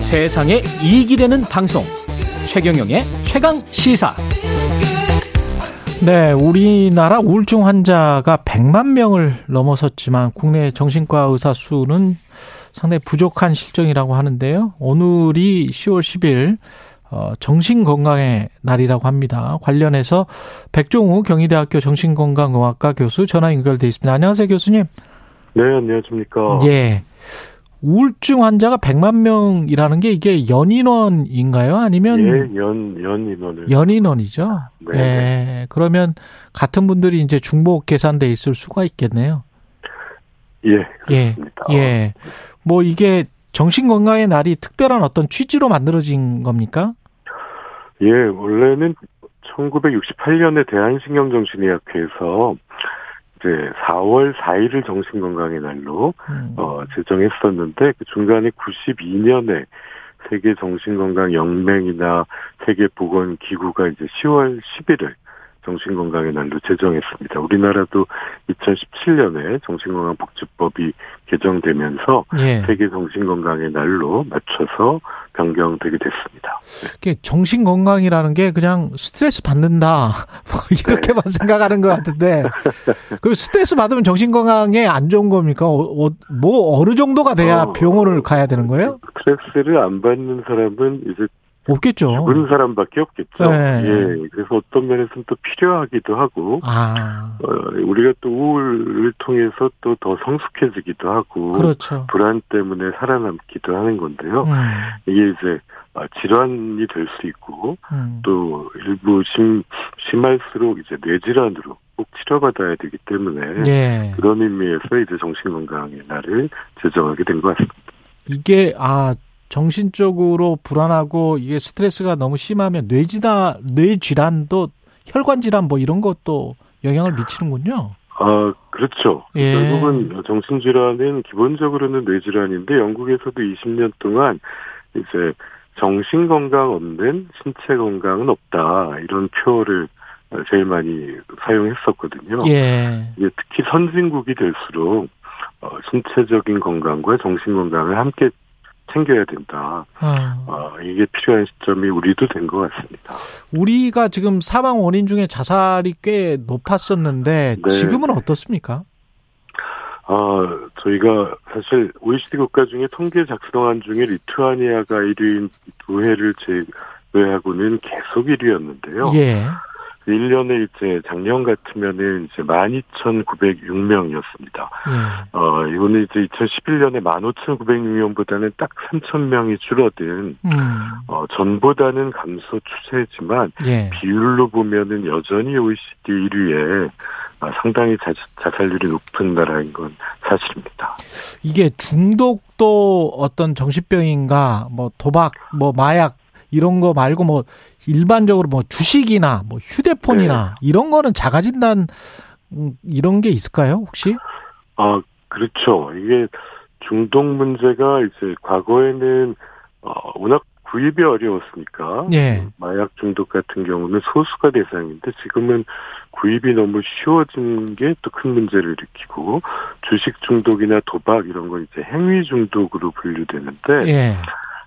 세상에 이익이 되는 방송 최경영의 최강 시사 네, 우리나라 우울증 환자가 100만 명을 넘어섰지만 국내 정신과 의사 수는 상당히 부족한 실정이라고 하는데요. 오늘이 10월 10일 어, 정신건강의 날이라고 합니다. 관련해서 백종우 경희대학교 정신건강의학과 교수 전화 연결돼 있습니다. 안녕하세요, 교수님. 네, 안녕하십니까. 예. 우울증 환자가 100만 명이라는 게 이게 연인원인가요? 아니면 예, 연, 연인원을. 연인원이죠. 예. 네. 예. 그러면 같은 분들이 이제 중복 계산돼 있을 수가 있겠네요. 예, 예. 그렇습니다. 예. 뭐 이게 정신 건강의 날이 특별한 어떤 취지로 만들어진 겁니까? 예, 원래는 1968년에 대한신경정신의학회에서 이제 4월 4일을 정신건강의 날로 음. 어, 제정했었는데 그 중간에 92년에 세계 정신건강 연맹이나 세계 보건 기구가 이제 10월 10일을 정신건강의 날로 제정했습니다. 우리나라도 2017년에 정신건강복지법이 개정되면서 예. 세계 정신건강의 날로 맞춰서 변경되게 됐습니다. 이게 정신 건강이라는 게 그냥 스트레스 받는다. 뭐 이렇게만 네. 생각하는 것 같은데. 그럼 스트레스 받으면 정신 건강에 안 좋은 겁니까? 어, 어, 뭐 어느 정도가 돼야 어. 병원을 가야 되는 거예요? 스트레스를 안 받는 사람은 이제 없겠죠. 죽은 사람밖에 없겠죠. 어. 네. 예, 그래서 어떤 면에서는 또 필요하기도 하고, 아. 어, 우리가 또 우울을 통해서 또 더 성숙해지기도 하고, 어. 그렇죠. 불안 때문에 살아남기도 하는 건데요. 음, 이게 이제 아, 질환이 될 수 있고, 음. 또 일부 심, 심할수록 이제 뇌질환으로 꼭 치료받아야 되기 때문에, 예. 그런 의미에서 이제 정신건강의 날을 제정하게 된 것 같습니다. 이게 아 정신적으로 불안하고 이게 스트레스가 너무 심하면 뇌지다 뇌질환도 혈관 질환 뭐 이런 것도 영향을 미치는군요. 아, 그렇죠. 예. 결국은 정신질환은 기본적으로는 뇌질환인데 영국에서도 20년 동안 이제 정신건강 없는 신체 건강은 없다. 이런 표어를 제일 많이 사용했었거든요. 예. 이게 특히 선진국이 될수록 어, 신체적인 건강과 정신 건강을 함께 챙겨야 된다. 아, 어, 이게 필요한 시점이 우리도 된 것 같습니다. 우리가 지금 사망 원인 중에 자살이 꽤 높았었는데 네. 지금은 어떻습니까? 아, 저희가 사실 OECD 국가 중에 통계 작성한 중에 리투아니아가 1위인 두 해를 제외하고는 계속 1위였는데요. 그 예. 1년에 이제 작년 같으면은 이제 12,906명이었습니다. 예. 어, 이거는 이제 2011년에 15,906명보다는 딱 3,000명이 줄어든 음. 어, 전보다는 감소 추세지만 예. 비율로 보면은 여전히 OECD 1위에 아, 상당히 자, 자살률이 높은 나라인 건 사실입니다. 이게 중독도 어떤 정신병인가 뭐 도박 뭐 마약 이런 거 말고 뭐 일반적으로 뭐 주식이나 뭐 휴대폰이나 이런 거는 자가진단 음, 이런 게 있을까요 혹시 아, 그렇죠. 이게 중독 문제가 이제 과거에는 어, 워낙 구입이 어려웠으니까 예 마약 중독 같은 경우는 소수가 대상인데 지금은 구입이 너무 쉬워진 게 또 큰 문제를 일으키고 주식 중독이나 도박 이런 건 이제 행위 중독으로 분류되는데 예.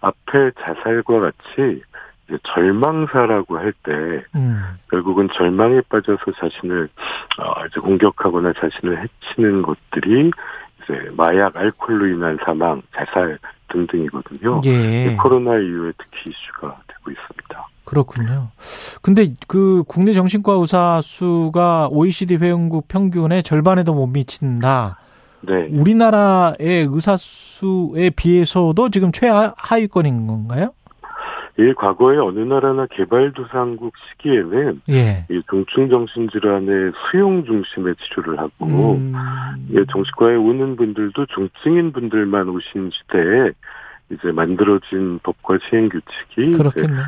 앞에 자살과 같이 이제 절망사라고 할 때 음. 결국은 절망에 빠져서 자신을 어, 이제 공격하거나 자신을 해치는 것들이 이제 마약, 알코올로 인한 사망, 자살 등등이거든요. 예. 이 코로나 이후에 특히 이슈가 되고 있습니다. 그렇군요. 근데 그 국내 정신과 의사 수가 OECD 회원국 평균의 절반에도 못 미친다. 네, 우리나라의 의사 수에 비해서도 지금 최하위권인 건가요? 이 과거에 어느 나라나 개발도상국 시기에는 예. 이 중증 정신 질환의 수용 중심의 치료를 하고 음. 예, 정신과에 오는 분들도 중증인 분들만 오신 시대에 이제 만들어진 법과 시행 규칙이 이제 그렇겠네.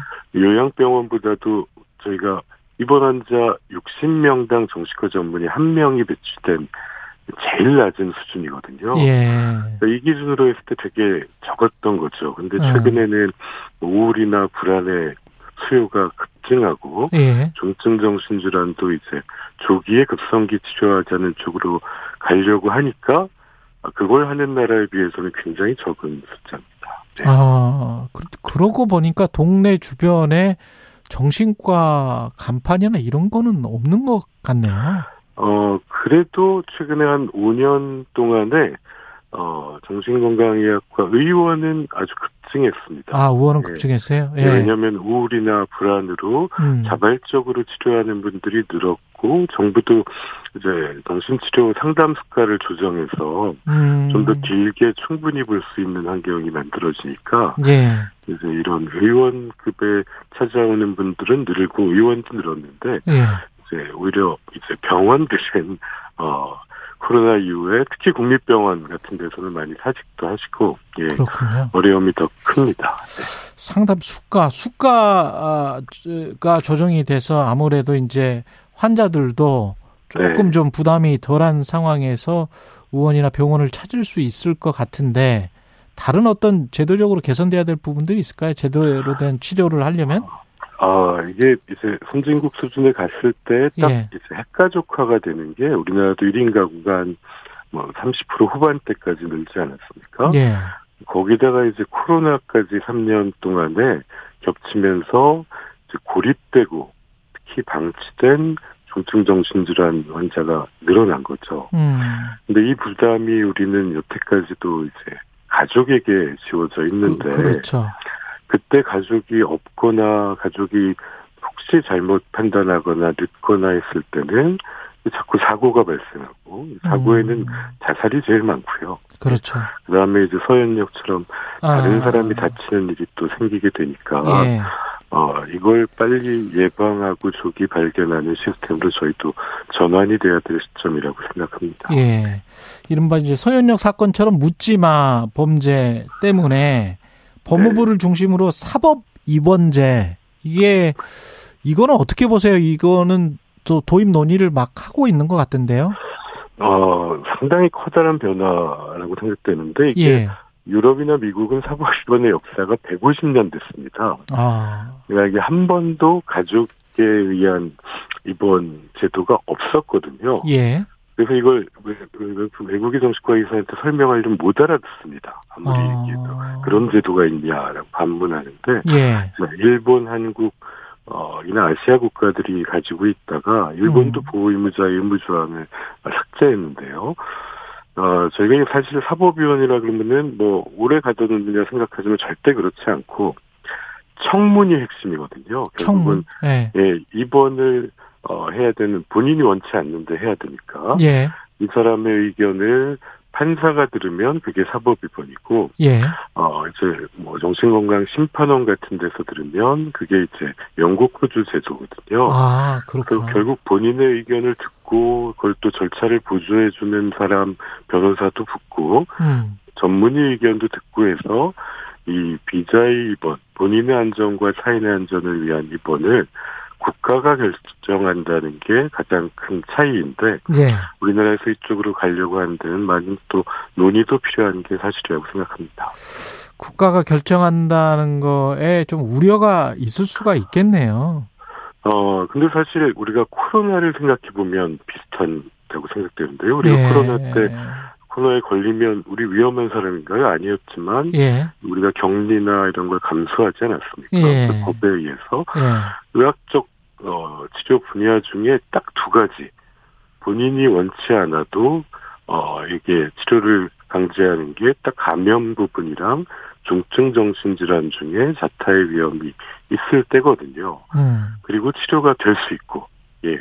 요양병원보다도 저희가 입원 환자 60명당 정신과 전문의 한 명이 배출된 제일 낮은 수준이거든요. 예. 그러니까 이 기준으로 했을 때 되게 적었던 거죠. 근데 음. 최근에는 뭐 우울이나 불안의 수요가 급증하고 예. 중증 정신질환도 이제 조기에 급성기 치료하자는 쪽으로 가려고 하니까 그걸 하는 나라에 비해서는 굉장히 적은 숫자입니다. 돼요. 아, 그, 그러고 보니까 동네 주변에 정신과 간판이나 이런 거는 없는 것 같네요. 어, 그래도 최근에 한 5년 동안에 어, 정신건강의학과 의원은 아주 급증했습니다. 아, 우원은 예. 급증했어요? 예. 왜냐하면 우울이나 불안으로 음. 자발적으로 치료하는 분들이 늘었고 정부도 이제 정신치료 상담 습관을 조정해서 음. 좀 더 길게 충분히 볼 수 있는 환경이 만들어지니까 예. 이제 이런 의원급에 찾아오는 분들은 늘고 의원도 늘었는데 예. 이제 오히려 이제 병원 대신 어 코로나 이후에 특히 국립병원 같은 데서는 많이 사직도 하시고 예 그렇군요. 어려움이 더 큽니다. 상담 수가, 수가가 조정이 돼서 아무래도 이제 환자들도 조금 네. 좀 부담이 덜한 상황에서 의원이나 병원을 찾을 수 있을 것 같은데 다른 어떤 제도적으로 개선돼야 될 부분들이 있을까요? 제대로 된 치료를 하려면? 아, 이게 이제 선진국 수준에 갔을 때 딱 예. 이제 핵가족화가 되는 게 우리나라도 1인 가구가 한 뭐 30% 후반대까지 늘지 않았습니까? 예. 거기다가 이제 코로나까지 3년 동안에 겹치면서 이제 고립되고 특히 방치된 중증 정신질환 환자가 늘어난 거죠. 음. 근데 이 부담이 우리는 여태까지도 이제 가족에게 지워져 그, 있는데 그렇죠. 그때 가족이 없거나 가족이 혹시 잘못 판단하거나 늦거나 했을 때는 자꾸 사고가 발생하고 사고에는 음. 자살이 제일 많고요. 그렇죠. 그다음에 이제 서현역처럼 다른 아. 사람이 다치는 일이 또 생기게 되니까 예. 어, 이걸 빨리 예방하고 조기 발견하는 시스템으로 저희도 전환이 돼야 될 시점이라고 생각합니다. 예. 이른바 이제 서현역 사건처럼 묻지마 범죄 때문에 법무부를 중심으로 사법 입원제 이게 이거는 어떻게 보세요? 이거는 또 도입 논의를 막 하고 있는 것 같은데요. 어, 상당히 커다란 변화라고 생각되는데 이게 예. 유럽이나 미국은 사법 입원의 역사가 150년 됐습니다. 아. 그러니까 이게 한 번도 가족에 의한 입원 제도가 없었거든요. 예. 그래서 이걸 외- 외- 외국의 정신과 의사한테 설명하려면 못 알아듣습니다. 아무리 얘기해도 아. 그런 제도가 있냐라고 반문하는데 예. 뭐, 일본, 한국 어, 이나 아시아 국가들이 가지고 있다가 일본도 음. 보호의무자의 의무조항을 삭제했는데요. 어, 저희가 이게 사실 사법위원이라 그러면은 뭐 오래 가져는 분야 생각하지만 절대 그렇지 않고 청문이 핵심이거든요. 청문. 결국은 예. 예, 입원을 어, 해야 되는 본인이 원치 않는데 해야 되니까 예. 이 사람의 의견을 판사가 들으면 그게 사법 입원이고 예. 어, 이제, 뭐, 정신건강 심판원 같은 데서 들으면 그게 이제 영국 호주 제도거든요. 아, 어. 그리고 그렇구나. 결국 본인의 의견을 듣고 그걸 또 절차를 보조해주는 사람, 변호사도 붙고 음. 전문의 의견도 듣고 해서 이 비자의 입원, 본인의 안전과 타인의 안전을 위한 입원을 국가가 결정한다는 게 가장 큰 차이인데 예. 우리나라에서 이쪽으로 가려고 하는 데는 많은 또 논의도 필요한 게 사실이라고 생각합니다. 국가가 결정한다는 거에 좀 우려가 있을 수가 있겠네요. 어, 근데 사실 우리가 코로나를 생각해 보면 비슷한다고 생각되는데요. 우리가 그 예. 코로나 때 코로나에 걸리면 우리 위험한 사람인가요? 아니었지만 예. 우리가 격리나 이런 걸 감수하지 않았습니까? 예. 그 법에 의해서 예. 의학적 어, 치료 분야 중에 딱 두 가지 본인이 원치 않아도 어, 이게 치료를 강제하는 게 딱 감염 부분이랑 중증 정신질환 중에 자타의 위험이 있을 때거든요. 음. 그리고 치료가 될 수 있고 예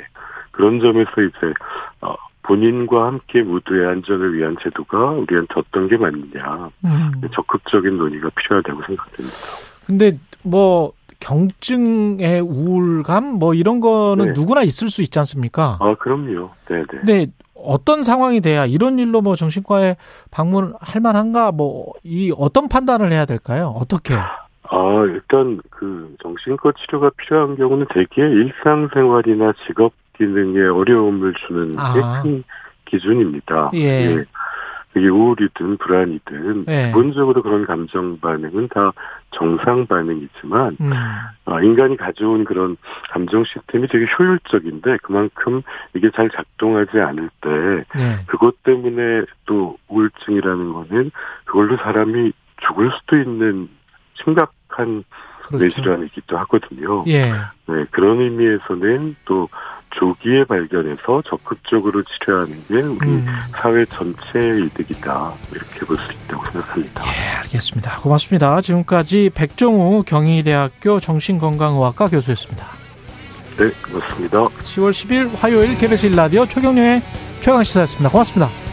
그런 점에서 이제 어, 본인과 함께 모두의 안전을 위한 제도가 우리한테 어떤 게 맞느냐 음. 그 적극적인 논의가 필요하다고 생각됩니다. 근데 뭐 경증의 우울감 뭐 이런 거는 네. 누구나 있을 수 있지 않습니까? 아 그럼요. 네네. 근데 어떤 상황이 돼야 이런 일로 뭐 정신과에 방문할 만한가 뭐 이 어떤 판단을 해야 될까요? 어떻게? 아 일단 그 정신과 치료가 필요한 경우는 대개 일상생활이나 직업 기능에 어려움을 주는 게 아. 큰 기준입니다. 예. 이게 우울이든 불안이든 예. 기본적으로 그런 감정 반응은 다 정상 반응이지만 음. 아, 인간이 가져온 그런 감정 시스템이 되게 효율적인데 그만큼 이게 잘 작동하지 않을 때 예. 그것 때문에 또 우울증이라는 거는 그걸로 사람이 죽을 수도 있는 심각한 뇌질환이기도 하거든요. 그렇죠. 예. 네, 그런 의미에서는 또 조기에 발견해서 적극적으로 치료하는 게 우리 음, 사회 전체의 이득이다 이렇게 볼 수 있다고 생각합니다. 네, 알겠습니다. 고맙습니다. 지금까지 백종우 경희대학교 정신건강의학과 교수였습니다. 네, 고맙습니다. 10월 10일 화요일 KBS 1라디오 최경련의 최강시사였습니다. 고맙습니다.